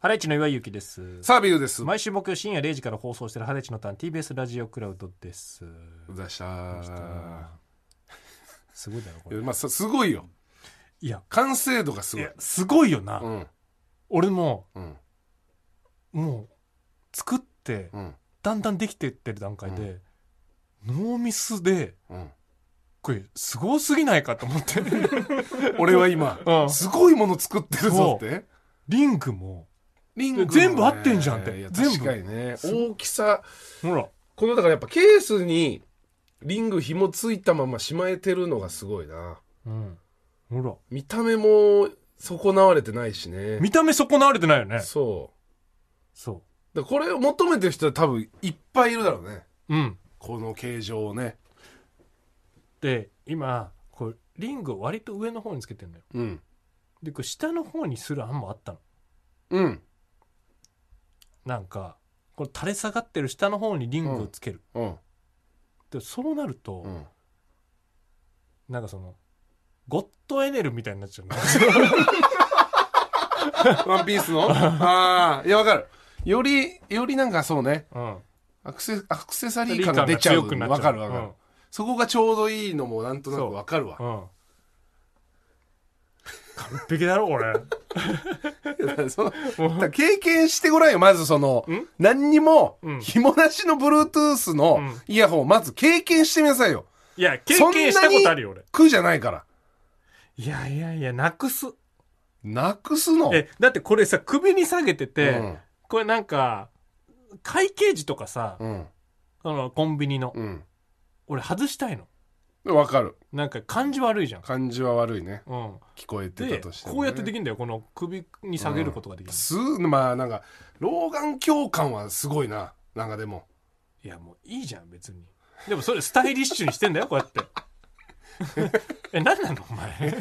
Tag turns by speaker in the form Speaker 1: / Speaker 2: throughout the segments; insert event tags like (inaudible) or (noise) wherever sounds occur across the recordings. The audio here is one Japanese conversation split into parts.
Speaker 1: ハライチの岩井ゆきです。
Speaker 2: サービューです。
Speaker 1: 毎週木曜深夜0時から放送しているハライチのターン TBS ラジオクラウドです。
Speaker 2: 出したー
Speaker 1: すごいだろ、こ
Speaker 2: い
Speaker 1: れ
Speaker 2: や。まあ、さすごいよ。
Speaker 1: いや、
Speaker 2: 完成度がす
Speaker 1: い
Speaker 2: ごい
Speaker 1: や。すごいよな。
Speaker 2: うん。
Speaker 1: 俺も
Speaker 2: うん。
Speaker 1: う、もう、作って、
Speaker 2: うん。
Speaker 1: だんだんできてってる段階で、ノーミスで、
Speaker 2: うん。
Speaker 1: これ、すごすぎないかと思って。
Speaker 2: (laughs) 俺は今、
Speaker 1: うん
Speaker 2: すごいもの作ってるぞって。
Speaker 1: リングも、
Speaker 2: リン
Speaker 1: グもね全部合ってんじゃんって
Speaker 2: いや
Speaker 1: 全部
Speaker 2: 確かにね。大きさ、
Speaker 1: ほら、
Speaker 2: このだからやっぱケースにリング紐ついたまましまえてるのがすごいな。
Speaker 1: うん。ほら、
Speaker 2: 見た目も損なわれてないしね。
Speaker 1: 見た目損なわれてないよね。
Speaker 2: そ。
Speaker 1: そう
Speaker 2: だからこれを求めてる人は多分いっぱいいるだろうね。
Speaker 1: う。うん。
Speaker 2: この形状をね。
Speaker 1: で、今、こう、リングを割と上の方につけてんだよ。
Speaker 2: うん。
Speaker 1: で、こう下の方にする案もあったの。
Speaker 2: うん。
Speaker 1: なんか、これ垂れ下がってる下の方にリングをつける。
Speaker 2: うん。
Speaker 1: で、そうなると、
Speaker 2: うん。
Speaker 1: なんかその、ゴッドエネルみたいになっちゃうの。
Speaker 2: ワンピース
Speaker 1: (laughs)
Speaker 2: のああ、いや、わかる。より、よりなんかそうね、 (laughs)
Speaker 1: うん。
Speaker 2: アクセアクセサリー感が出ちゃう。
Speaker 1: リー感が強くなっちゃう
Speaker 2: わかるわかる、
Speaker 1: うん
Speaker 2: そこがちょうどいいのもなんとなくわかるわ。 (laughs)
Speaker 1: うん。完璧だろ、
Speaker 2: (laughs)
Speaker 1: これ。
Speaker 2: だからそのだから経験してごらんよ、まずその、何にも
Speaker 1: うん、
Speaker 2: 紐なしの Bluetooth の
Speaker 1: うん
Speaker 2: イヤホンをまず経験してみなさいよ。
Speaker 1: いや、経験したことあるよ、俺。
Speaker 2: 苦じゃないから。
Speaker 1: いやいやいや、なくす。
Speaker 2: なくすの。
Speaker 1: え、だってこれさ、首に下げてて、
Speaker 2: うん
Speaker 1: これなんか、会計時とかさ、
Speaker 2: うん。
Speaker 1: あの、コンビニの、
Speaker 2: うん。
Speaker 1: 俺外したいの。
Speaker 2: わかる。
Speaker 1: なんか感じ悪いじゃん。
Speaker 2: 感じは悪いね。
Speaker 1: うん。
Speaker 2: 聞こえて
Speaker 1: で、
Speaker 2: たとして、ね。
Speaker 1: こうやってで
Speaker 2: き
Speaker 1: きるんだよ。この首に下げることができる。
Speaker 2: す、まあなんか、老眼鏡感はすごいな。なんかでも。
Speaker 1: いや、もういいじゃん、別に。でもそれスタイリッシュにしてんだよ、こうやって。 (laughs) え、なんなのお前。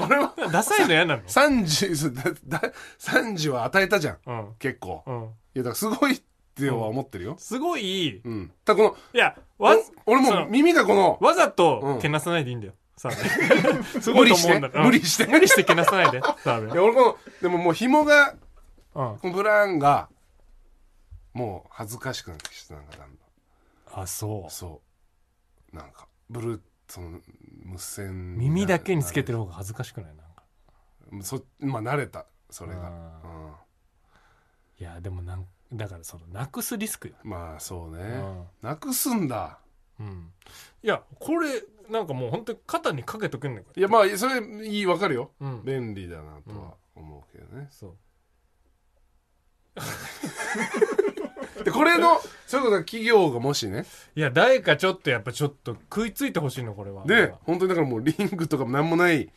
Speaker 2: 俺は
Speaker 1: ダサいの嫌なの
Speaker 2: 30そうだだ30は与えたじゃん
Speaker 1: うん。
Speaker 2: 結構い
Speaker 1: うん。
Speaker 2: やだからすごいっては思ってるよ、
Speaker 1: すごい、
Speaker 2: うんただこ
Speaker 1: いや、わ
Speaker 2: の、お俺
Speaker 1: そ
Speaker 2: も
Speaker 1: の
Speaker 2: 耳がこの
Speaker 1: わざ
Speaker 2: う
Speaker 1: と
Speaker 2: ん
Speaker 1: けなさないでいいんだよ。澤部す
Speaker 2: 無
Speaker 1: ごい
Speaker 2: 理
Speaker 1: と
Speaker 2: し
Speaker 1: 思う
Speaker 2: て
Speaker 1: んだから。
Speaker 2: 無理して
Speaker 1: 無理してけなさないで、澤
Speaker 2: い
Speaker 1: 部。
Speaker 2: や俺このでももう紐が
Speaker 1: うん。
Speaker 2: このブラーンがもう恥ずかしくなってきてなんかだんだ
Speaker 1: あ、そ
Speaker 2: んそうなんかブルーその無
Speaker 1: う。
Speaker 2: 線
Speaker 1: 耳だけにつけてる方が恥ずかしくないなんか。
Speaker 2: そまあ慣れたそれが
Speaker 1: あ
Speaker 2: うん
Speaker 1: いや、でもなん、だからその、なくすリスクよ。
Speaker 2: まあそうね
Speaker 1: うん
Speaker 2: なくすんだ
Speaker 1: うん。いや、これ、なんかもう本当に肩にかけとけんねんか
Speaker 2: いやまあそれいいわかるよ
Speaker 1: ら。うん。
Speaker 2: 便利だなとは思うけどね、
Speaker 1: そう。
Speaker 2: でこれのそういうことは企業がもしね
Speaker 1: いや、誰かちょっとやっぱちょっと食いついてほしいの、これは。
Speaker 2: で本当にだからもうリングとかもなんもない
Speaker 1: うん。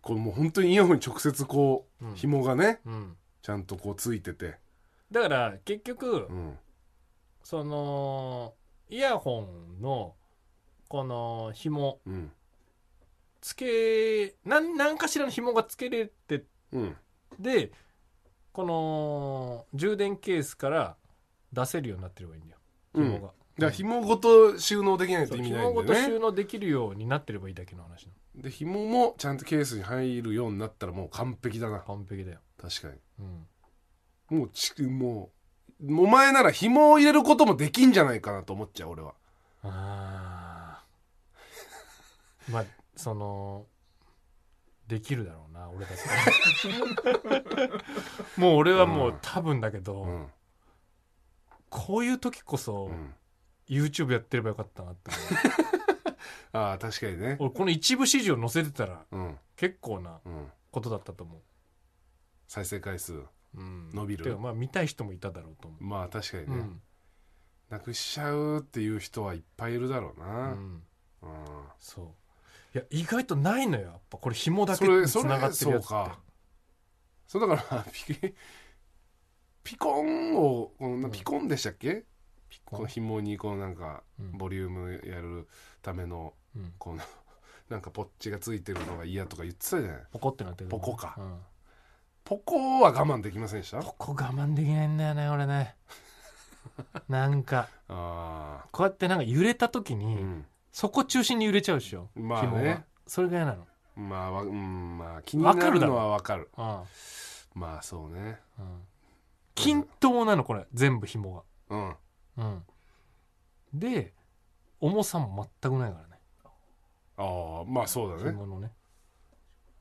Speaker 2: こうもう本当にイヤホンに直接こう、
Speaker 1: うん
Speaker 2: 紐がね
Speaker 1: うん。
Speaker 2: ちゃんとこうついてて、
Speaker 1: だから、結局
Speaker 2: う、ん、
Speaker 1: その、イヤホンの、この、紐、
Speaker 2: うん
Speaker 1: つけ、なん、なんかしらの紐がつけれて、
Speaker 2: うん
Speaker 1: で、この、充電ケースから出せるようになってればいいんだよ。
Speaker 2: うん
Speaker 1: 紐が。
Speaker 2: じゃ紐ごと収納できない
Speaker 1: そう
Speaker 2: と意味ない
Speaker 1: 紐ご
Speaker 2: ん
Speaker 1: と
Speaker 2: だ
Speaker 1: 収
Speaker 2: よね
Speaker 1: 納できるようになってればいいだけの話なの
Speaker 2: で紐もちゃんとケースに入るようになったらもう完璧だな
Speaker 1: 完璧だよ。
Speaker 2: 確か
Speaker 1: うん。
Speaker 2: にもうちもうお前なら紐を入れることもできんじゃないかなと思っちゃう俺は
Speaker 1: ああ (laughs) まあそのできるだろうな
Speaker 2: (laughs)
Speaker 1: 俺たちもう俺はもう、
Speaker 2: うん
Speaker 1: 多分だけど、
Speaker 2: うん
Speaker 1: こういう時こそ、
Speaker 2: うん、
Speaker 1: YouTube やってればよかったなって
Speaker 2: ああ確かにね
Speaker 1: 思う俺この一部始終載せてたら
Speaker 2: うん
Speaker 1: 結構な
Speaker 2: うん
Speaker 1: ことだったと思
Speaker 2: 再生回数
Speaker 1: う、うん、
Speaker 2: 伸びる
Speaker 1: てかまあ見たい人もいただろうと思
Speaker 2: まあ確かに
Speaker 1: う、
Speaker 2: ね、
Speaker 1: うん
Speaker 2: なくしちゃうっていう人はいっぱいいるだろ
Speaker 1: う
Speaker 2: うな、
Speaker 1: ん、
Speaker 2: うん
Speaker 1: そういや意外とないのよやっぱこれ紐だけ
Speaker 2: それ
Speaker 1: つながってるやつって
Speaker 2: それそうかそうだから (laughs) ピケピコンをこの
Speaker 1: うん
Speaker 2: ピコンでしたっけ、
Speaker 1: ピコ
Speaker 2: こ
Speaker 1: ン
Speaker 2: の紐にこうなんか
Speaker 1: うん
Speaker 2: ボリュームやるための
Speaker 1: うん
Speaker 2: このなんかポッチがついてるのが嫌とか言ってたじゃない
Speaker 1: ポコってなってる
Speaker 2: ポコか
Speaker 1: うん
Speaker 2: ポコは我慢できませんでしたあ
Speaker 1: ここ我慢できないんだよね俺ね (laughs) なんか
Speaker 2: あ
Speaker 1: こうやってなんか揺れた時に、
Speaker 2: ーうん
Speaker 1: そこ中心に揺れちゃうでしょ
Speaker 2: まあね
Speaker 1: 紐がそれが嫌なの
Speaker 2: まあわうんまあ気になるのはわかる
Speaker 1: あ
Speaker 2: まあそうね
Speaker 1: あ、うん、均等なのこれ全部紐
Speaker 2: うん
Speaker 1: がうんで重さも全くないからね
Speaker 2: ああまあそうだね
Speaker 1: 紐のね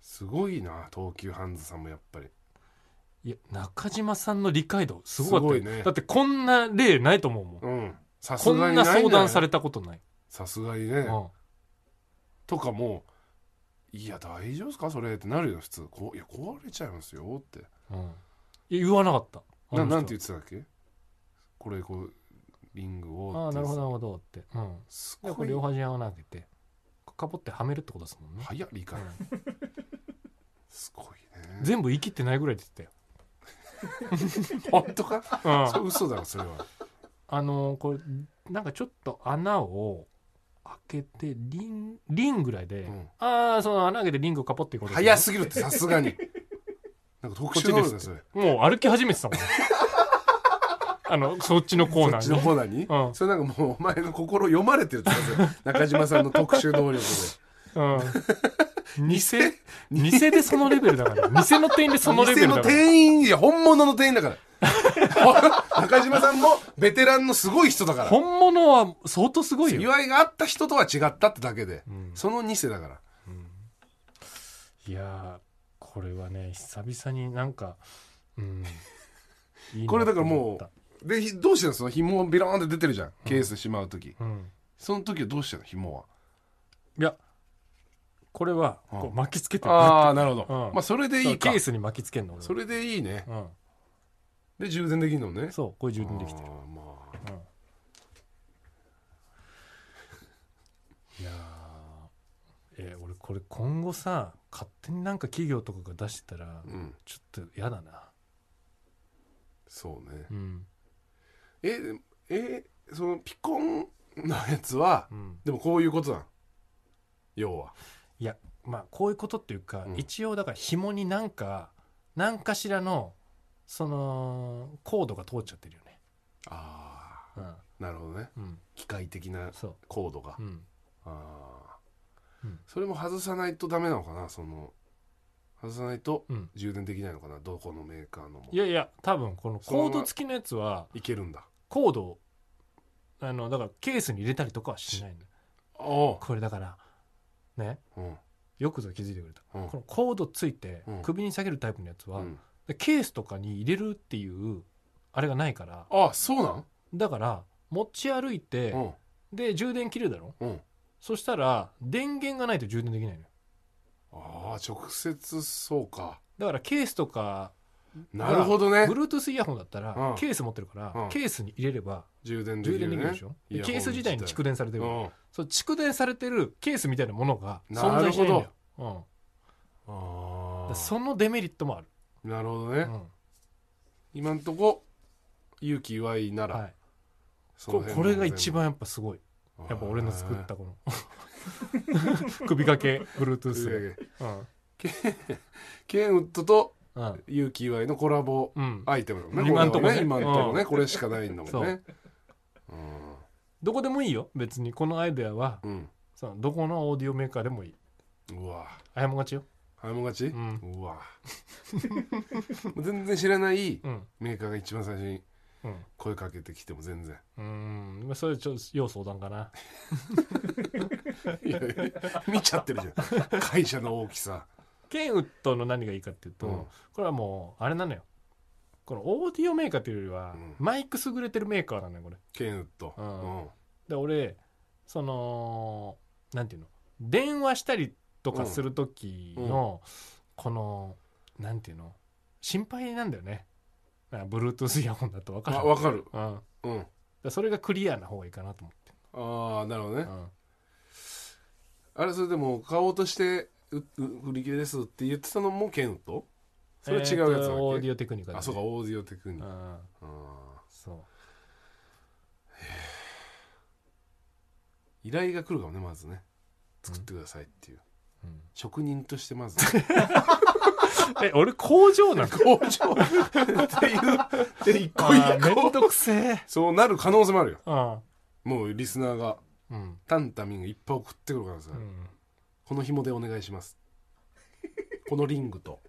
Speaker 2: すごいな東急ハンズさんもやっぱり
Speaker 1: いや中島さんの理解度すごかったよ
Speaker 2: すごいね
Speaker 1: だってこんな例ないと思うもん
Speaker 2: うんさす
Speaker 1: こ
Speaker 2: が
Speaker 1: ん
Speaker 2: に
Speaker 1: ない相
Speaker 2: んじゃい
Speaker 1: 談されたことない、
Speaker 2: さすがにね
Speaker 1: うん、
Speaker 2: とかもういや大丈夫ですかそれってなるよ普通こういや壊れちゃいますよって
Speaker 1: うん、いや言わなかった
Speaker 2: ななんて言
Speaker 1: う
Speaker 2: ってたんだっけこれこうリングを
Speaker 1: ああ
Speaker 2: って
Speaker 1: なるほどなるほどって、うん、
Speaker 2: す
Speaker 1: で
Speaker 2: ご
Speaker 1: こ
Speaker 2: い
Speaker 1: れ両端に合わなくてかぼってはめるってことですもんね、
Speaker 2: 早い理
Speaker 1: う
Speaker 2: 解
Speaker 1: ん
Speaker 2: すごいね
Speaker 1: 全部言い切ってないぐらいで言って
Speaker 2: (laughs) 本当か
Speaker 1: たよ、
Speaker 2: それ嘘だろそれは
Speaker 1: あのーこれなんかちょっと穴を開けてリンリンぐらいで、
Speaker 2: うん
Speaker 1: ああその穴開けてリングをかぽっていくことですね
Speaker 2: 早すぎるってさすがになんか特殊なのだよそれ
Speaker 1: もう歩き始めてたもん (laughs) あのそっちのコー
Speaker 2: そ
Speaker 1: ナ
Speaker 2: っち
Speaker 1: ー
Speaker 2: の
Speaker 1: に
Speaker 2: コーナーに、
Speaker 1: うん
Speaker 2: それなんかもうお前の心読まれてるってことですよ中島さんの特殊能力で
Speaker 1: うん、偽偽でそのレベルだから偽の店員でそのレベル
Speaker 2: 店
Speaker 1: だ
Speaker 2: の
Speaker 1: から
Speaker 2: 店員いや本物の店員だから (laughs) 中島さんもベテランのすごい人だから
Speaker 1: 本物は相当すごいよ
Speaker 2: 祝いがあった人とは違ったってだけで、
Speaker 1: うん
Speaker 2: その偽だから
Speaker 1: いやーこれはね久々になんかうんいいな
Speaker 2: これだからもう
Speaker 1: と思っ
Speaker 2: でひどうしてんのその紐ビローンって出てるじゃんケースしまう時、
Speaker 1: たうん、
Speaker 2: その時はどうしてんの紐はい
Speaker 1: やこれはこう
Speaker 2: う
Speaker 1: 巻きつけてる
Speaker 2: あ (laughs) あなるほど、
Speaker 1: うん
Speaker 2: まあそれでい
Speaker 1: そう
Speaker 2: い
Speaker 1: ケ
Speaker 2: か
Speaker 1: ースに巻きつけんの俺は
Speaker 2: それでいいね
Speaker 1: う
Speaker 2: で充電できるのね
Speaker 1: ん、そうこれ充電できてる
Speaker 2: あーまあ
Speaker 1: いやーえー俺これ今後さ勝手になんか企業とかが出してたら
Speaker 2: うん
Speaker 1: ちょっと嫌だな
Speaker 2: そうね
Speaker 1: うん
Speaker 2: ええそのピコンのやつは
Speaker 1: うん
Speaker 2: でもこういうことなん要はい
Speaker 1: やまあこういうことっていうか、
Speaker 2: うん
Speaker 1: 一応だから紐になんか何かしらのそのコードが通っちゃってるよね
Speaker 2: あ
Speaker 1: うん
Speaker 2: あなるほどね
Speaker 1: うん
Speaker 2: 機械的な
Speaker 1: そ
Speaker 2: コードが、
Speaker 1: ううん
Speaker 2: ああ、
Speaker 1: うん
Speaker 2: それも外さないとダメなのかなその外さないと
Speaker 1: うん
Speaker 2: 充電できないのかなどこのメーカーのも
Speaker 1: いやいや多分このコード付きのやつはい
Speaker 2: けるんだ
Speaker 1: コードをあのだからケースに入れたりとかはしないの
Speaker 2: お
Speaker 1: これだからね
Speaker 2: うん
Speaker 1: よくぞ気づいてくれた、
Speaker 2: うん
Speaker 1: このコードついて
Speaker 2: うん
Speaker 1: 首に下げるタイプのやつ
Speaker 2: う
Speaker 1: は、
Speaker 2: ん、
Speaker 1: でケースとかに入れるっていうあれがないから
Speaker 2: ああそうなん
Speaker 1: だから持ち歩いて、
Speaker 2: うん
Speaker 1: で充電切るだろ
Speaker 2: うん
Speaker 1: そしたら電源がないと充電できないのよ
Speaker 2: ああ直接そうか
Speaker 1: だからケースとか
Speaker 2: なるほどね
Speaker 1: Bluetooth イヤホンだったら、
Speaker 2: うん
Speaker 1: ケース持ってるから、
Speaker 2: うん
Speaker 1: ケースに入れれば
Speaker 2: 充電でき
Speaker 1: 充
Speaker 2: る
Speaker 1: 電
Speaker 2: ね
Speaker 1: できるでしょ、
Speaker 2: イヤホン自体
Speaker 1: ケース自体に蓄電されてるから、
Speaker 2: うん
Speaker 1: そう蓄電されてるケースみたいなものが存
Speaker 2: なる
Speaker 1: 在しな
Speaker 2: ほ
Speaker 1: いんだよう
Speaker 2: ど、
Speaker 1: ん、だか
Speaker 2: あ
Speaker 1: ら
Speaker 2: あ
Speaker 1: そのデメリットもある、
Speaker 2: なるほどね、
Speaker 1: うん
Speaker 2: 今んとこ勇気祝いなら、
Speaker 1: はい、
Speaker 2: その
Speaker 1: こ
Speaker 2: 辺
Speaker 1: こ
Speaker 2: の
Speaker 1: れが一番やっぱすごいやっぱ俺の作ったこ
Speaker 2: (laughs)
Speaker 1: の首掛け Bluetooth で
Speaker 2: えー
Speaker 1: うん
Speaker 2: ケンウッドと
Speaker 1: うん
Speaker 2: 勇気祝いのコラボ
Speaker 1: うん
Speaker 2: アイテムだもんね
Speaker 1: 今んとこね
Speaker 2: れは今んとこね、
Speaker 1: う
Speaker 2: これしかないんだ
Speaker 1: そ
Speaker 2: もんね
Speaker 1: うどこでもいいよ別にこのアイデアは
Speaker 2: うん、
Speaker 1: そのどこのオーディオメーカーでもいいう
Speaker 2: わ
Speaker 1: 謝がちよ
Speaker 2: 早もがち、うんわ (laughs) もう全然知らない
Speaker 1: うん
Speaker 2: メーカーが一番最初に
Speaker 1: うん
Speaker 2: 声かけてきても全然
Speaker 1: うんまあそれちょっと要相談かない
Speaker 2: やいや見ちゃってるじゃん会社の大きさ
Speaker 1: ケンウッドの何がいいかっていうと、
Speaker 2: うん
Speaker 1: これはもうあれなのよこのオーディオメーカーっていうよりは、
Speaker 2: うん
Speaker 1: マイク優れてるメーカーなのよこれ
Speaker 2: ケンウッド、
Speaker 1: うんで俺そのなんていうの電話したりとかする時の、このなんていうの心配なんだよねなんか Bluetooth イヤホンだと分か
Speaker 2: あ
Speaker 1: る
Speaker 2: 分かる
Speaker 1: うん、だか
Speaker 2: うん
Speaker 1: らそれがクリアな方がいいかなと思って
Speaker 2: ああなるほどね、
Speaker 1: うん、
Speaker 2: あれそれでも買おうとしてうう売り切れですって言ってたのもケンウッドそれ違うやつだっけ
Speaker 1: えーとオーディオテクニカだね
Speaker 2: あそうかオーディオテクニック、
Speaker 1: うん
Speaker 2: あー
Speaker 1: そ
Speaker 2: 依頼が来るかもねまずね作ってくださいっていう、
Speaker 1: う、うん
Speaker 2: 職人としてまず (laughs)
Speaker 1: え俺工場なの
Speaker 2: 工場 (laughs) っていうで一個
Speaker 1: あー
Speaker 2: 一
Speaker 1: めん
Speaker 2: 個
Speaker 1: どくせえ
Speaker 2: そうなる可能性もあるよ
Speaker 1: うん
Speaker 2: もうリスナーが
Speaker 1: うん
Speaker 2: タンタミンがいっぱい送ってくる可能性あ
Speaker 1: う
Speaker 2: る、
Speaker 1: ん
Speaker 2: この紐でお願いしますこのリングと、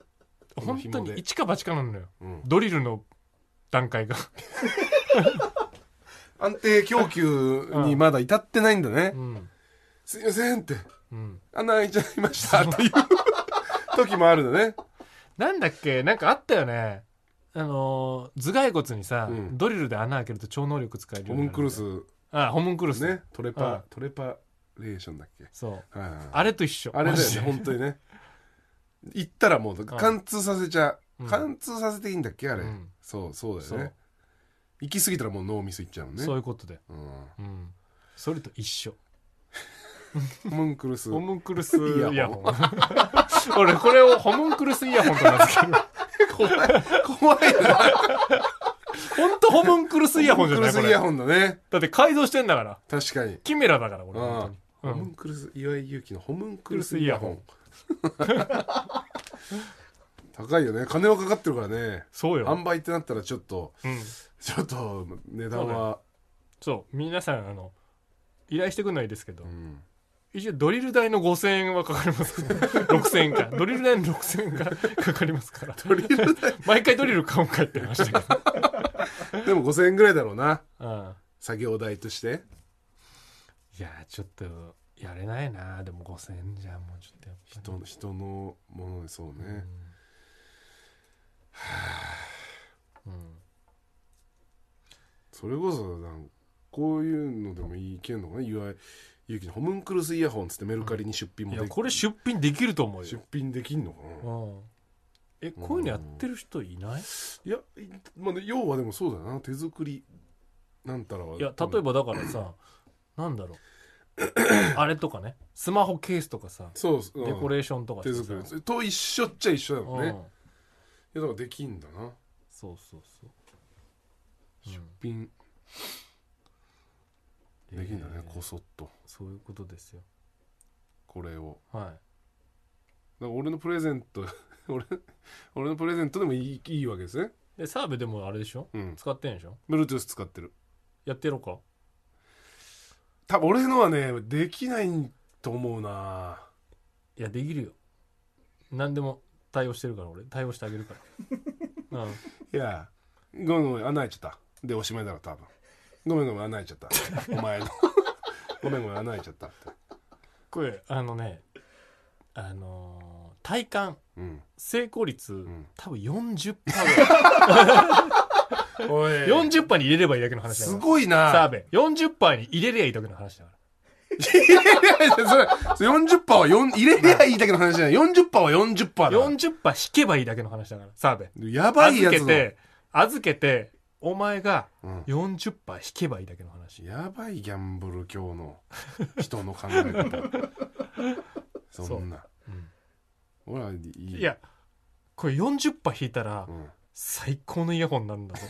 Speaker 2: (laughs) この
Speaker 1: 本当
Speaker 2: 紐
Speaker 1: に
Speaker 2: で
Speaker 1: 一か八かなのよ
Speaker 2: うん、
Speaker 1: ドリルの段階が、
Speaker 2: 安定供給にまだ至ってないんだね、
Speaker 1: うん
Speaker 2: すいませんって
Speaker 1: うん、
Speaker 2: 穴開いちゃいま (laughs) したっていう時もあるのね
Speaker 1: なんだっけなんかあったよねあのー頭蓋骨にさ、
Speaker 2: うん
Speaker 1: ドリルで穴開けると超能力使える
Speaker 2: ホ
Speaker 1: よう
Speaker 2: ム
Speaker 1: に
Speaker 2: ン
Speaker 1: なる
Speaker 2: クルース
Speaker 1: あホムンクルス
Speaker 2: ねトレパ、
Speaker 1: うん
Speaker 2: トレパレーションだっけ
Speaker 1: そう
Speaker 2: はいはいはい
Speaker 1: あれと一緒
Speaker 2: あれだ
Speaker 1: マ
Speaker 2: よ
Speaker 1: ジ
Speaker 2: ね
Speaker 1: で
Speaker 2: 本当にね行ったらもう貫通させちゃ、う
Speaker 1: うん
Speaker 2: 貫通させていいんだっけあれ、
Speaker 1: うん
Speaker 2: そうそうだよ
Speaker 1: そう
Speaker 2: ね行き過ぎたらもう脳みそいっちゃうもんね
Speaker 1: そういうことで、
Speaker 2: う
Speaker 1: うん、それと一緒
Speaker 2: ん、ホムンクルース
Speaker 1: ホムンクルスイ
Speaker 2: イ
Speaker 1: ヤ
Speaker 2: ヤ
Speaker 1: ホ
Speaker 2: ホ
Speaker 1: ン (laughs) 俺これをホムンクルスイヤホンと名
Speaker 2: (laughs)
Speaker 1: 付ける
Speaker 2: 怖い怖いな
Speaker 1: 本当ホムンクルスイヤホンじゃない
Speaker 2: ホ
Speaker 1: こ
Speaker 2: ムンクルスイヤ
Speaker 1: れ
Speaker 2: ホンだね
Speaker 1: だって改造してんだから
Speaker 2: 確かに
Speaker 1: キメラだから俺
Speaker 2: うん
Speaker 1: 本当
Speaker 2: ホ
Speaker 1: に、う
Speaker 2: ム
Speaker 1: ん
Speaker 2: ンクルス岩井勇気のホムンクルスイヤホン高いよね金はかかってるからね
Speaker 1: そうよ、
Speaker 2: 販売ってなったらちょっと
Speaker 1: うん、
Speaker 2: ちょっと値段は
Speaker 1: そう皆さんあの依頼してくんないですけど、
Speaker 2: うん
Speaker 1: 一応ドリル代の5000円はかかり (laughs) ますから6000円かドリル代の6000円がかかりますから
Speaker 2: ドリル代
Speaker 1: 毎回ドリル買うんかって話だ
Speaker 2: (laughs)
Speaker 1: けど、
Speaker 2: でも5000円ぐらいだろうな
Speaker 1: うん、
Speaker 2: 作業代として
Speaker 1: いやちょっとやれないなでも5000円じゃもうちょっとやっぱり
Speaker 2: 人の人のものでそう
Speaker 1: うん
Speaker 2: ね、
Speaker 1: うん
Speaker 2: それこそなんかこういうのでもいけんのかね岩井勇気のホムンクルスイヤホンっつってメルカリに出品も
Speaker 1: い
Speaker 2: でき
Speaker 1: やこれ出品できると思う
Speaker 2: 出
Speaker 1: よ、
Speaker 2: 品できんのかな、
Speaker 1: うん、えこういうのやってる人いない、
Speaker 2: いや、いまあね、要はでもそうだよな手作りなんたらはい
Speaker 1: や例えばだからさなんだ
Speaker 2: (laughs)
Speaker 1: ろうあれとかねスマホケースとかさ
Speaker 2: そうそう、
Speaker 1: デコレーションとか
Speaker 2: 手
Speaker 1: してさ
Speaker 2: 作りそれと一緒っちゃ一緒だもん
Speaker 1: う
Speaker 2: ね、い
Speaker 1: ん
Speaker 2: やだからできんだな
Speaker 1: そうそうそう
Speaker 2: 出
Speaker 1: う
Speaker 2: 品
Speaker 1: ん
Speaker 2: できんだね、
Speaker 1: えー
Speaker 2: こそっと
Speaker 1: そういうことですよ
Speaker 2: これを
Speaker 1: は
Speaker 2: だから俺のプレゼント (laughs) 俺俺のプレゼントでもいいいいわけですね
Speaker 1: いで澤部でもあれでしょ
Speaker 2: うん
Speaker 1: 使ってんでしょ
Speaker 2: Bluetooth 使ってる
Speaker 1: やってろか
Speaker 2: 多分俺のはねできないと思うない
Speaker 1: やできるよ何でも対応してるから俺対応してあげるから (laughs) うん
Speaker 2: いやごめんごめん穴開いちゃったでおしまいだろ多分ごめんごめん穴開いちゃったお前の (laughs) ごめんごめん穴開いちゃったって
Speaker 1: これあのねあのー体感
Speaker 2: うん
Speaker 1: 成功率、
Speaker 2: ん
Speaker 1: 多分40%ぐらい
Speaker 2: おい
Speaker 1: 40%に入れればいいだけの話だ
Speaker 2: す
Speaker 1: から
Speaker 2: ごいな
Speaker 1: 澤部40%に入れりゃいいだけの話だから
Speaker 2: (laughs) いやいやいやそれそれ40%は4入れりゃいいだけの話じゃない40%は40%だ
Speaker 1: 40%引けばいいだけの話だから澤部
Speaker 2: やばい
Speaker 1: 預
Speaker 2: や
Speaker 1: け
Speaker 2: つだ、
Speaker 1: て預けてお前が
Speaker 2: うん
Speaker 1: 40%引けばいいだけの話
Speaker 2: やばいギャンブル教の人の考え
Speaker 1: (laughs)
Speaker 2: 方そんな
Speaker 1: うん
Speaker 2: 俺はいい
Speaker 1: いやこれ40%引いたら
Speaker 2: うん
Speaker 1: 最高のイヤホンになるんだぞ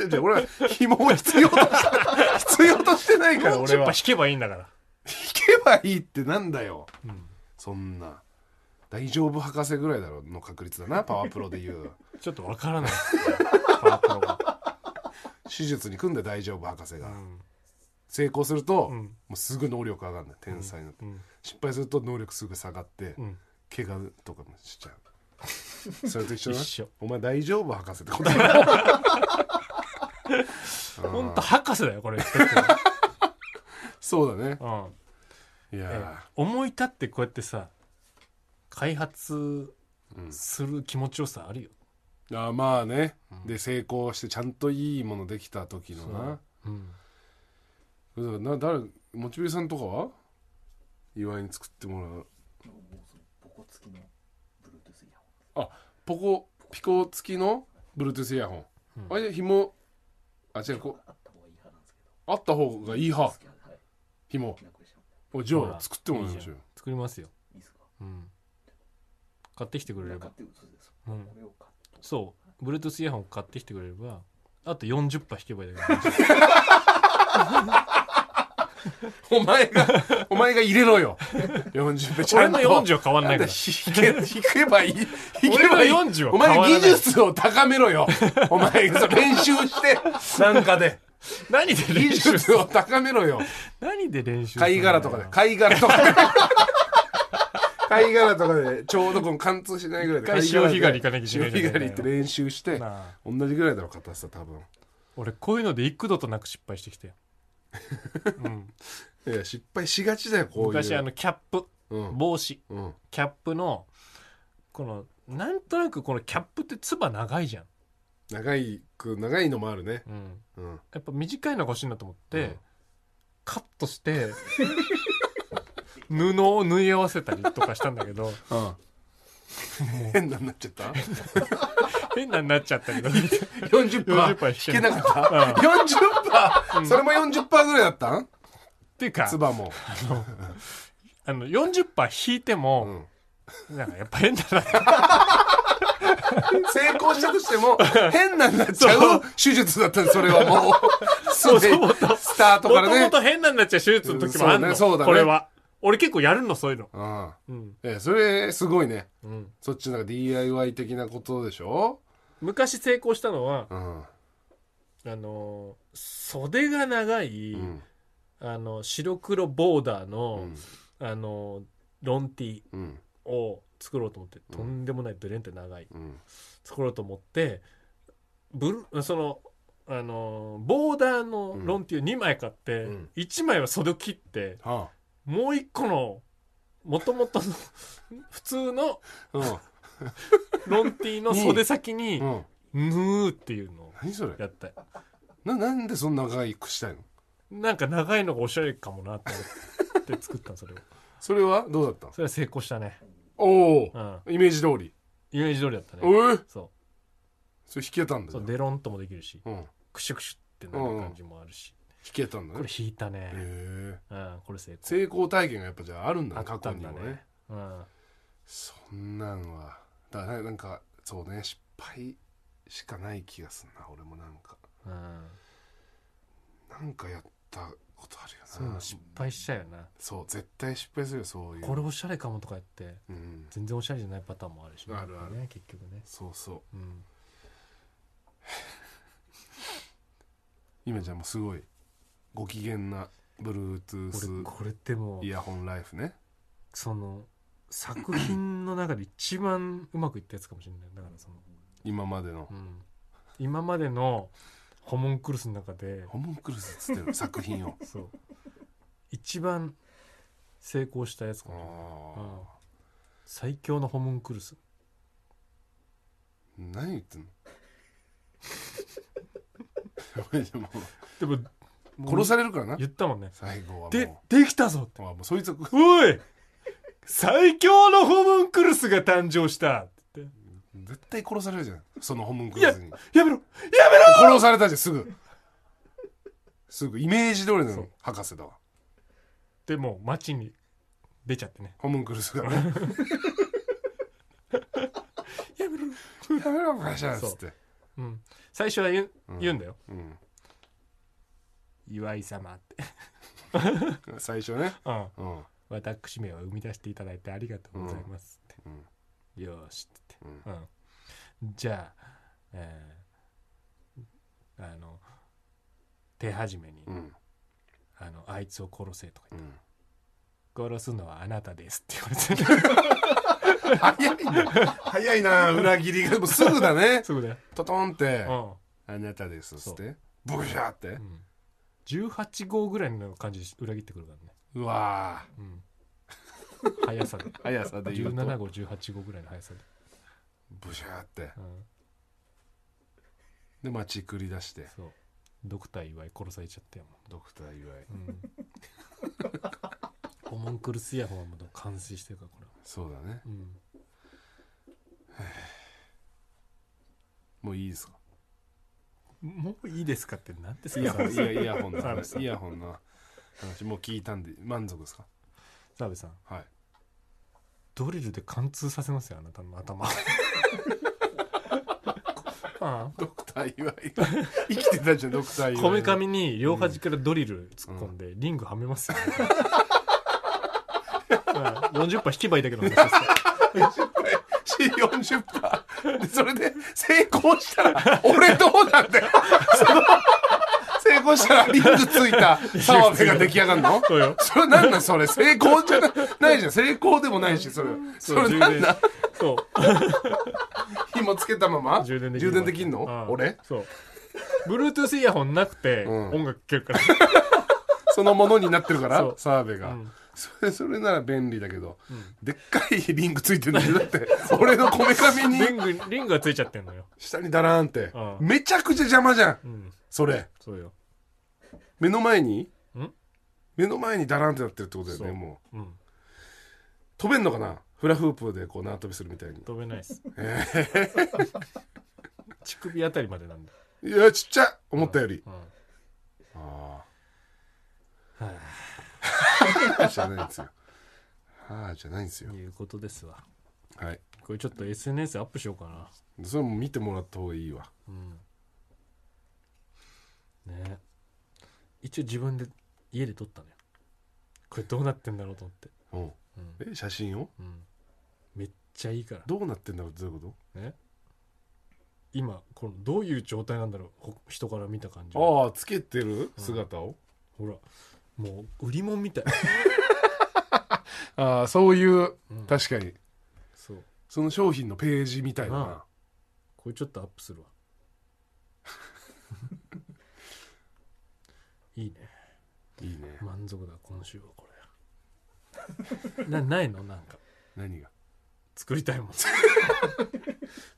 Speaker 2: 違う違う俺は紐を必要とした必要としてないから俺
Speaker 1: 40%
Speaker 2: は
Speaker 1: 引
Speaker 2: 引
Speaker 1: けばいいんだから、
Speaker 2: けばいいってなんだよ
Speaker 1: うん、
Speaker 2: そんな大丈夫博士ぐらいだろうの確率だなパワープロでいう
Speaker 1: ちょっとわからないパワープロが
Speaker 2: 手術に組んで大丈夫博士
Speaker 1: う
Speaker 2: が
Speaker 1: ん
Speaker 2: 成功すると、
Speaker 1: う
Speaker 2: も
Speaker 1: ん
Speaker 2: うすぐ能力上がるんだよ天才になって、
Speaker 1: うん
Speaker 2: 失敗すると能力すぐ下がって、
Speaker 1: うん
Speaker 2: 怪我とかもしちゃうそれと一緒だ
Speaker 1: 一
Speaker 2: な
Speaker 1: 緒
Speaker 2: お前大丈夫博士ってことだなうん
Speaker 1: (laughs) 本当博士だよこれ言ってること
Speaker 2: そうだね
Speaker 1: うんえ
Speaker 2: いや
Speaker 1: え思い立ってこうやってさ開発
Speaker 2: ー、うん
Speaker 1: する気持ちよさあるよ、
Speaker 2: あーまあね、
Speaker 1: うん
Speaker 2: で成功してちゃんといいものできた時のな
Speaker 1: うん、
Speaker 2: だからな誰モチベさんとかは岩井に作ってもらう
Speaker 3: ボコ付きの Bluetooth イヤホン
Speaker 2: ポコピコ付きの Bluetooth イヤホン、
Speaker 1: うん
Speaker 2: あれ紐あ違うこ
Speaker 3: あった方がいい派なんですけど
Speaker 2: あった方がいい派
Speaker 3: 付き合いはい
Speaker 2: 紐
Speaker 3: なくしちゃうんで
Speaker 2: おじゃ
Speaker 1: ほ
Speaker 2: あ
Speaker 1: ら
Speaker 2: 作ってもらいましょうよ
Speaker 1: 作りますよ、
Speaker 3: いいですか
Speaker 1: うん、買ってきてくれれば
Speaker 3: 買っ、て嘘です
Speaker 1: うん
Speaker 3: こ、れを買って
Speaker 1: そう Bluetooth イヤホン買ってきてくれればあと40%引けばいいだけの話
Speaker 2: お前が (laughs) お前が入れろよ40ちゃ
Speaker 1: (laughs) 俺
Speaker 2: んと
Speaker 1: の40は変わんない
Speaker 2: ん
Speaker 1: から
Speaker 2: だ引け引けばいい引けば
Speaker 1: 俺
Speaker 2: いい
Speaker 1: の40は
Speaker 2: お
Speaker 1: 変わら
Speaker 2: 前
Speaker 1: ない
Speaker 2: 技術を高めろよ
Speaker 1: (laughs)
Speaker 2: お前がそう練習してなんかで
Speaker 1: 何で
Speaker 2: 技
Speaker 1: 練習 (laughs)
Speaker 2: 術を高めろよ
Speaker 1: 何で練習するの
Speaker 2: 貝殻とかで貝殻とかで貝殻とかでちょうどこの貫通しないぐらいで
Speaker 1: 一回潮干狩り行かなきゃいけな
Speaker 2: 潮
Speaker 1: いじゃな
Speaker 2: 干
Speaker 1: い
Speaker 2: 狩りって練習して
Speaker 1: なあ
Speaker 2: 同じぐらいだろ硬さ多分
Speaker 1: 俺こういうので幾度となく失敗して (laughs) きて、うん、
Speaker 2: いや失敗しがちだよこういう
Speaker 1: 昔あのキャップ
Speaker 2: うん
Speaker 1: 帽子
Speaker 2: うん
Speaker 1: キャップのこのなんとなくこのキャップってつば長いじゃん、
Speaker 2: 長いく長いのもあるね
Speaker 1: うん、
Speaker 2: うん
Speaker 1: やっぱ短いのが欲しいなと思って、
Speaker 2: うん
Speaker 1: カットして (laughs) 布を縫い合わせたりとかしたんだけど
Speaker 2: (laughs)
Speaker 1: (laughs)
Speaker 2: 変なになっちゃった
Speaker 1: 変なになっちゃったけど
Speaker 2: 40%
Speaker 1: 40%
Speaker 2: 引けなかった
Speaker 1: う
Speaker 2: 40%?
Speaker 1: ん
Speaker 2: それも40%ぐらいだったん
Speaker 1: っていうか
Speaker 2: つばも
Speaker 1: あの40%引いて
Speaker 2: う
Speaker 1: も、
Speaker 2: ん
Speaker 1: なんかやっぱ変だな
Speaker 2: 成功したとしても変なになっちゃう手術だったんでそれはも (laughs) うす
Speaker 1: そう
Speaker 2: でに
Speaker 1: そうそう
Speaker 2: スタート
Speaker 1: も
Speaker 2: か
Speaker 1: とも
Speaker 2: らね
Speaker 1: と変なになっちゃう手術の時もあんの、
Speaker 2: うんそうだねそうだね
Speaker 1: これは俺結構やるのそういうの
Speaker 2: うん
Speaker 1: うん、
Speaker 2: えそれすごいね
Speaker 1: うん、
Speaker 2: そっちなんか DIY 的なことでしょ
Speaker 1: 昔成功したのは
Speaker 2: うん
Speaker 1: あのー袖が長い、
Speaker 2: うん
Speaker 1: あの白黒ボーダー
Speaker 2: う
Speaker 1: の、
Speaker 2: ん
Speaker 1: あのロンティ
Speaker 2: うん
Speaker 1: を作ろうと思って、
Speaker 2: うん
Speaker 1: とんでもないブレンって長い
Speaker 2: うん
Speaker 1: 作ろうと思ってブルそのあのボーダーのロンティを2枚買って、
Speaker 2: うん
Speaker 1: 1枚は袖を切って
Speaker 2: は
Speaker 1: もう1個のもともとの (laughs) 普通の
Speaker 2: あうん
Speaker 1: ロンティの袖先に
Speaker 2: うん
Speaker 1: 縫うっていうのを
Speaker 2: 何それ
Speaker 1: やった
Speaker 2: ななんでそんな長いくしたいの
Speaker 1: なんか長いのがおしゃれかもなって思って作ったの
Speaker 2: (laughs)
Speaker 1: それを
Speaker 2: それはどうだったの
Speaker 1: それは成功したね
Speaker 2: おお
Speaker 1: うん
Speaker 2: イメージ通り
Speaker 1: イメージ通りだった
Speaker 2: え
Speaker 1: ね
Speaker 2: ー
Speaker 1: そ
Speaker 2: それ弾けたん
Speaker 1: う
Speaker 2: だ
Speaker 1: そ
Speaker 2: よ
Speaker 1: うデロンともできるし
Speaker 2: うん弾
Speaker 1: クシュクシュってなる感じもあるし、
Speaker 2: けたんだ
Speaker 1: こ
Speaker 2: ね
Speaker 1: れ引いたね、
Speaker 2: へえ
Speaker 1: うん、これ成功
Speaker 2: 成功体験がやっぱじゃああるんだ
Speaker 1: あ
Speaker 2: ね
Speaker 1: っ
Speaker 2: 過
Speaker 1: た
Speaker 2: 去
Speaker 1: ん
Speaker 2: に
Speaker 1: だ
Speaker 2: も
Speaker 1: ね
Speaker 2: ね
Speaker 1: うん、
Speaker 2: そんなんはだからなんかそうね失敗しかない気がすんな俺もなんか
Speaker 1: うん、
Speaker 2: なんかやったことあるよな
Speaker 1: そういうの失敗しちゃうよな、
Speaker 2: そう絶対失敗するよそういう
Speaker 1: これおしゃれかもとか言って
Speaker 2: うん
Speaker 1: 全然おしゃれじゃないパターンもあるし、
Speaker 2: あるある
Speaker 1: ね結局ね、
Speaker 2: そうそう
Speaker 1: うん、
Speaker 2: 今じゃあもうすごいご機嫌な
Speaker 1: 俺
Speaker 2: Bluetooth
Speaker 1: これでも
Speaker 2: イヤホンライフね
Speaker 1: その作品の中で一番うまくいったやつかもしれないだからその、
Speaker 2: 今までの
Speaker 1: うん、今までのホモンクルスの中で
Speaker 2: ホモンクルスっつってる作
Speaker 1: (laughs)
Speaker 2: 品を
Speaker 1: そう一番成功したやつか
Speaker 2: あ
Speaker 1: もしれないうん
Speaker 2: あ
Speaker 1: 最強のホモンクルス
Speaker 2: 何言ってんの (laughs) やばいじゃんも
Speaker 1: でも
Speaker 2: う殺されるからな
Speaker 1: 言ったもんね
Speaker 2: 最後はもう
Speaker 1: でできたぞって
Speaker 2: あもうそいつは (laughs)
Speaker 1: おい最強のホモンクルスが誕生したって言っ
Speaker 2: 絶対殺されるじゃんそのホモンクルスに
Speaker 1: てやめろ
Speaker 2: 殺されたじゃんすぐすぐイメージ通り
Speaker 1: そ
Speaker 2: の
Speaker 1: う
Speaker 2: 博士だわ
Speaker 1: でもう街に出ちゃってね
Speaker 2: ホモンクルスがね
Speaker 1: やめろ、
Speaker 2: やめろお前じゃんっつって
Speaker 1: うん、最初は言う,、、
Speaker 2: うんん
Speaker 1: 言うんだよ
Speaker 2: うん
Speaker 1: 岩井様って、
Speaker 2: 最初ね
Speaker 1: うん、
Speaker 2: うん
Speaker 1: 私めを生み出していただいてありがとうございますって、
Speaker 2: うん
Speaker 1: よーしって
Speaker 2: うん
Speaker 1: 言って、うん、じゃあ、えーあの手始めに、
Speaker 2: うん
Speaker 1: あの「あいつを殺せ」とか
Speaker 2: う
Speaker 1: 言って「
Speaker 2: ん
Speaker 1: 殺すのはあなたです」って言われ (laughs) て
Speaker 2: 早いな早いな裏切りがもうすぐだね
Speaker 1: そうだよ、
Speaker 2: トトンって
Speaker 1: うん
Speaker 2: 「あなたです」っつってブシャーって
Speaker 1: うん、18号ぐらいの感じで裏切ってくるからね、
Speaker 2: うわー
Speaker 1: うん、 (laughs) 速さで
Speaker 2: 速さで言う
Speaker 1: 17
Speaker 2: と
Speaker 1: 号18号ぐらいの速さで、
Speaker 2: ブシャーって
Speaker 1: うん、
Speaker 2: で街繰り出して
Speaker 1: そうドクター岩井殺されちゃったよも
Speaker 2: ドクター岩井
Speaker 1: う、 (laughs) うん、ホモンクルスイヤホンはもう完成してるからこれは、
Speaker 2: そうだね
Speaker 1: うん、
Speaker 2: もういいですか
Speaker 1: もういいですかって何です
Speaker 2: イ
Speaker 1: か
Speaker 2: ヤホン
Speaker 1: 澤
Speaker 2: イ
Speaker 1: 部さん
Speaker 2: ヤイヤホ
Speaker 1: 澤部さん
Speaker 2: ンの話イヤホンの話もう聞いたんで満足ですか
Speaker 1: 澤部さん
Speaker 2: はい
Speaker 1: ドリルで貫通させますよあなたの (laughs) 頭ああ
Speaker 2: ドクター岩井が (laughs) 生きてたじゃんドクター岩井
Speaker 1: こめかみに両端からドリル突っ込んで、リングはめます
Speaker 2: (laughs)
Speaker 1: よ、うん40羽引けばいいだけの話ですよ
Speaker 2: C40% でそれで成功したら俺どうなんだよ (laughs) その成功したらリングついた澤部が出来上がるの
Speaker 1: そうよ
Speaker 2: それなんなんそれ成功じゃなないじゃん成功でもないしそれそれなんだ
Speaker 1: そう
Speaker 2: 紐つけたまま
Speaker 1: 充電でき
Speaker 2: 充
Speaker 1: る
Speaker 2: 電できんの、
Speaker 1: うん
Speaker 2: 俺
Speaker 1: そう Bluetooth イヤホンなくて、
Speaker 2: うん
Speaker 1: 音楽聴けるから
Speaker 2: そのものになってるから
Speaker 1: そう
Speaker 2: 澤部が、
Speaker 1: うん
Speaker 2: それそれなら便利だけど、
Speaker 1: ん
Speaker 2: でっかい (laughs) リングついてるんだよだって俺のこめかみ
Speaker 1: リン
Speaker 2: に
Speaker 1: グリングがついちゃってんのよ、
Speaker 2: 下にダラーンって、
Speaker 1: うん
Speaker 2: めちゃくちゃ邪魔じゃん
Speaker 1: うん、
Speaker 2: それ
Speaker 1: そうよ、
Speaker 2: 目の前に
Speaker 1: ん
Speaker 2: 目の前にダラーンってなってるってことだよね
Speaker 1: そう
Speaker 2: もう
Speaker 1: うん、
Speaker 2: 飛べんのかなフラフープでこう縄跳びするみたいに
Speaker 1: 飛べないっす、 (laughs) 乳首あたりまでなんだ
Speaker 2: いやちっちゃい思ったより、
Speaker 1: うん
Speaker 2: あ
Speaker 1: は
Speaker 2: あじゃないんですよああじゃないんです
Speaker 1: い
Speaker 2: よ
Speaker 1: いうことですわ
Speaker 2: はい
Speaker 1: これちょっと SNS アップしようかな
Speaker 2: それも見てもらった方がいいわ
Speaker 1: うんね一応自分で家で撮ったのよこれどうなってんだろうと思って、
Speaker 2: うん
Speaker 1: うん
Speaker 2: え写真を
Speaker 1: うん、めっちゃいいから
Speaker 2: どうなってんだろうってどういうこ
Speaker 1: ね今このどういう状態なんだろうほ人から見た感じは
Speaker 2: とああつけてる姿を、
Speaker 1: ほらもう売り物みたい、
Speaker 2: ああそういう
Speaker 1: (laughs) うん
Speaker 2: 確かに
Speaker 1: そう
Speaker 2: その商品のページみたいな
Speaker 1: うんこれちょっとアップするわ (laughs) いいね
Speaker 2: いいね
Speaker 1: 満足だ今週はこれ (laughs) なないのなんか
Speaker 2: 何が
Speaker 1: 作りたいもん、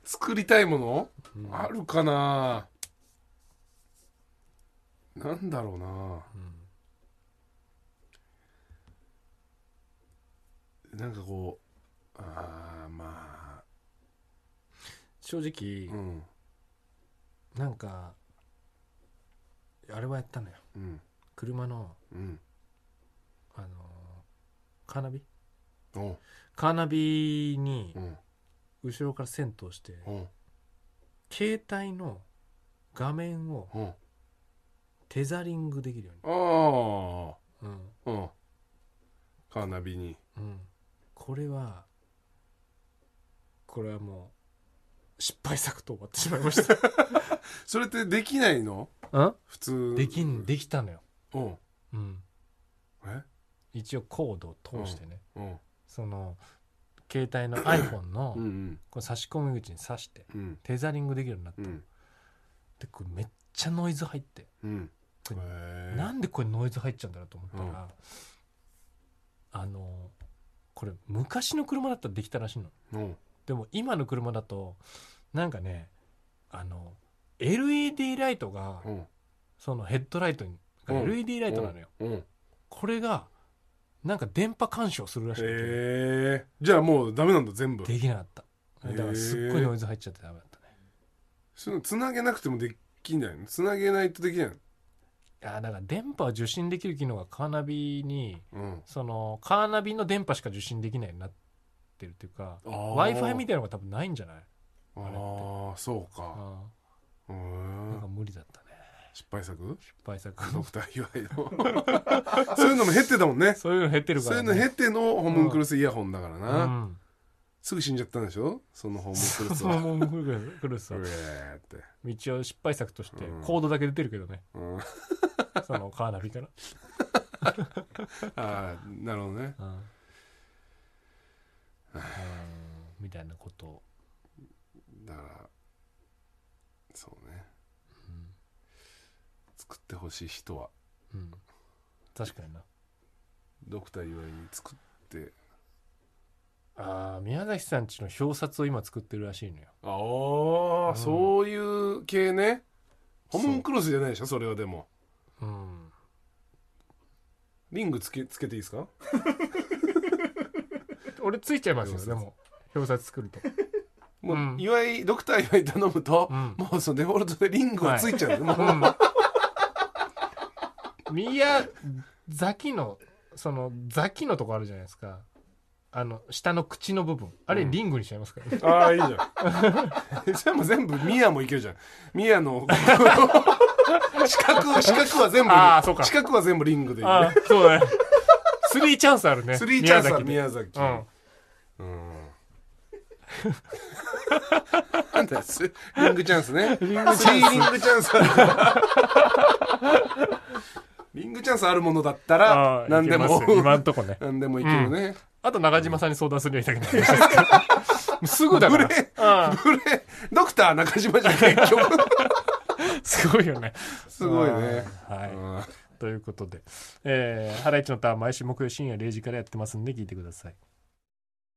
Speaker 2: 作りたいもの
Speaker 1: うん
Speaker 2: あるかななんだろうな
Speaker 1: う
Speaker 2: なんかこうああま
Speaker 1: ん正
Speaker 2: あ
Speaker 1: 直
Speaker 2: う、ん
Speaker 1: なんかあれはやったのよ
Speaker 2: うん
Speaker 1: 車の
Speaker 2: うん
Speaker 1: あのーカーナビ
Speaker 2: おう
Speaker 1: カーナビに
Speaker 2: うん
Speaker 1: 後ろから線通して
Speaker 2: おう
Speaker 1: 携帯の画面を
Speaker 2: おう
Speaker 1: テザリングできるよ
Speaker 2: あ
Speaker 1: うに、
Speaker 2: あうんカーナビに
Speaker 1: うんうん、これはこれはもう失敗作と終わってしまいま
Speaker 2: (laughs)
Speaker 1: した
Speaker 2: それってできないの
Speaker 1: うん
Speaker 2: 普通
Speaker 1: できんできたのよ、
Speaker 2: うん
Speaker 1: うん、
Speaker 2: え
Speaker 1: 一応コードを通してね、
Speaker 2: うん
Speaker 1: その携帯
Speaker 2: (coughs)
Speaker 1: の iPhone の
Speaker 2: うんうん
Speaker 1: この差し込み口に挿して
Speaker 2: うん
Speaker 1: テザリングできるようになった
Speaker 2: う
Speaker 1: の、
Speaker 2: ん
Speaker 1: でこれめっちゃノイズ入って、
Speaker 2: うん
Speaker 1: これ
Speaker 2: へえ
Speaker 1: なんでこれノイズ入っちゃうんだろうと思ったら、あのこれ昔の車だったらできたらしいの
Speaker 2: うん
Speaker 1: でも今の車だとなんかねあの LED ライトが
Speaker 2: うん
Speaker 1: そのヘッドライトに
Speaker 2: うん
Speaker 1: LED ライトなのよ、
Speaker 2: うん
Speaker 1: これがなんか電波干渉するらしく
Speaker 2: へえじゃあもうダメなんだ全部
Speaker 1: てできなかった
Speaker 2: へえ
Speaker 1: だからすっごいノイズ入っちゃってダメだったね
Speaker 2: そのつなげなくてもできないのつなげないとできない
Speaker 1: いやだから電波を受信できる機能がカーナビに
Speaker 2: の
Speaker 1: そのカーナビの電波しか受信できないようになってるっていうか
Speaker 2: うん
Speaker 1: w i f i みたいなのが多分ないんじゃない
Speaker 2: あ
Speaker 1: あれって
Speaker 2: ーそうか
Speaker 1: あ
Speaker 2: うー
Speaker 1: あなんか
Speaker 2: ん
Speaker 1: 無理だったね
Speaker 2: 失敗作
Speaker 1: 失敗作
Speaker 2: ドクター岩井の (laughs) そういうのも減ってたもん
Speaker 1: (laughs)
Speaker 2: ね
Speaker 1: そういうの減ってるか
Speaker 2: そうい
Speaker 1: ら、
Speaker 2: う
Speaker 1: ね、
Speaker 2: の減ってのホムンクルスイヤホンだから
Speaker 1: う
Speaker 2: なんすぐ死んじゃったんでしょそのホムンクル
Speaker 1: (laughs)
Speaker 2: ス
Speaker 1: そう
Speaker 2: は
Speaker 1: もう来る来るさ
Speaker 2: うえーって
Speaker 1: 一応失敗作として
Speaker 2: うん
Speaker 1: コードだけ出てるけどね、
Speaker 2: うんあ
Speaker 1: そのカーナビ (laughs) から、
Speaker 2: あーなるほどね
Speaker 1: うんうんみたいなことを、
Speaker 2: だからそうね
Speaker 1: うん
Speaker 2: 作ってほしい人は
Speaker 1: うん、確かにな
Speaker 2: ドクター岩井に作って
Speaker 1: あー宮崎さんちの表札を今作ってるらしいのよ
Speaker 2: ああ、
Speaker 1: うん
Speaker 2: そういう系ねホ
Speaker 1: そう
Speaker 2: ムンクロスじゃないでしょそれはでも
Speaker 1: うん
Speaker 2: リングつけつけていいですか
Speaker 1: 俺ついちゃいますよ
Speaker 2: 表
Speaker 1: で
Speaker 2: 札
Speaker 1: も表札作ると、
Speaker 2: もう、
Speaker 1: うん
Speaker 2: 岩井ドクター岩井頼むと、
Speaker 1: うん
Speaker 2: もうそのデフォルトでリングがついちゃ
Speaker 1: (laughs)
Speaker 2: う、もう
Speaker 1: うん、宮崎のそのザキのとこあるじゃないですかあの下の口の部分あれ
Speaker 2: うん
Speaker 1: リングにしちゃいますから、ね
Speaker 2: ああいいじゃん (laughs) それも全部ミヤもいけるじゃんミヤの (laughs) 四角四角は全部
Speaker 1: あーそうか
Speaker 2: 四角は全部リングでいい
Speaker 1: あ
Speaker 2: ね
Speaker 1: あそうだねスリーチャンスあるね
Speaker 2: スリーチャンスは
Speaker 1: 宮
Speaker 2: 宮崎
Speaker 1: 崎でうん
Speaker 2: うんなんだよスリングチャンスね
Speaker 1: リングチ
Speaker 2: スリ
Speaker 1: ャン
Speaker 2: ーリングチャンスあるリングチャンスあるものだった
Speaker 1: あ
Speaker 2: ら
Speaker 1: あ
Speaker 2: 何で
Speaker 1: いけ
Speaker 2: も
Speaker 1: ますよ今んとこね
Speaker 2: 何でもいけるね、
Speaker 1: あ (laughs) あと中島さんに相談するようになりましたけどすぐだから
Speaker 2: ブレ
Speaker 1: うん
Speaker 2: ブレドクター中島じゃん結局
Speaker 1: すごいよね
Speaker 2: すごいね、
Speaker 1: は
Speaker 2: う
Speaker 1: い
Speaker 2: ん
Speaker 1: ということで「えーハライチのターン」毎週木曜深夜0時からやってますんで聞いてください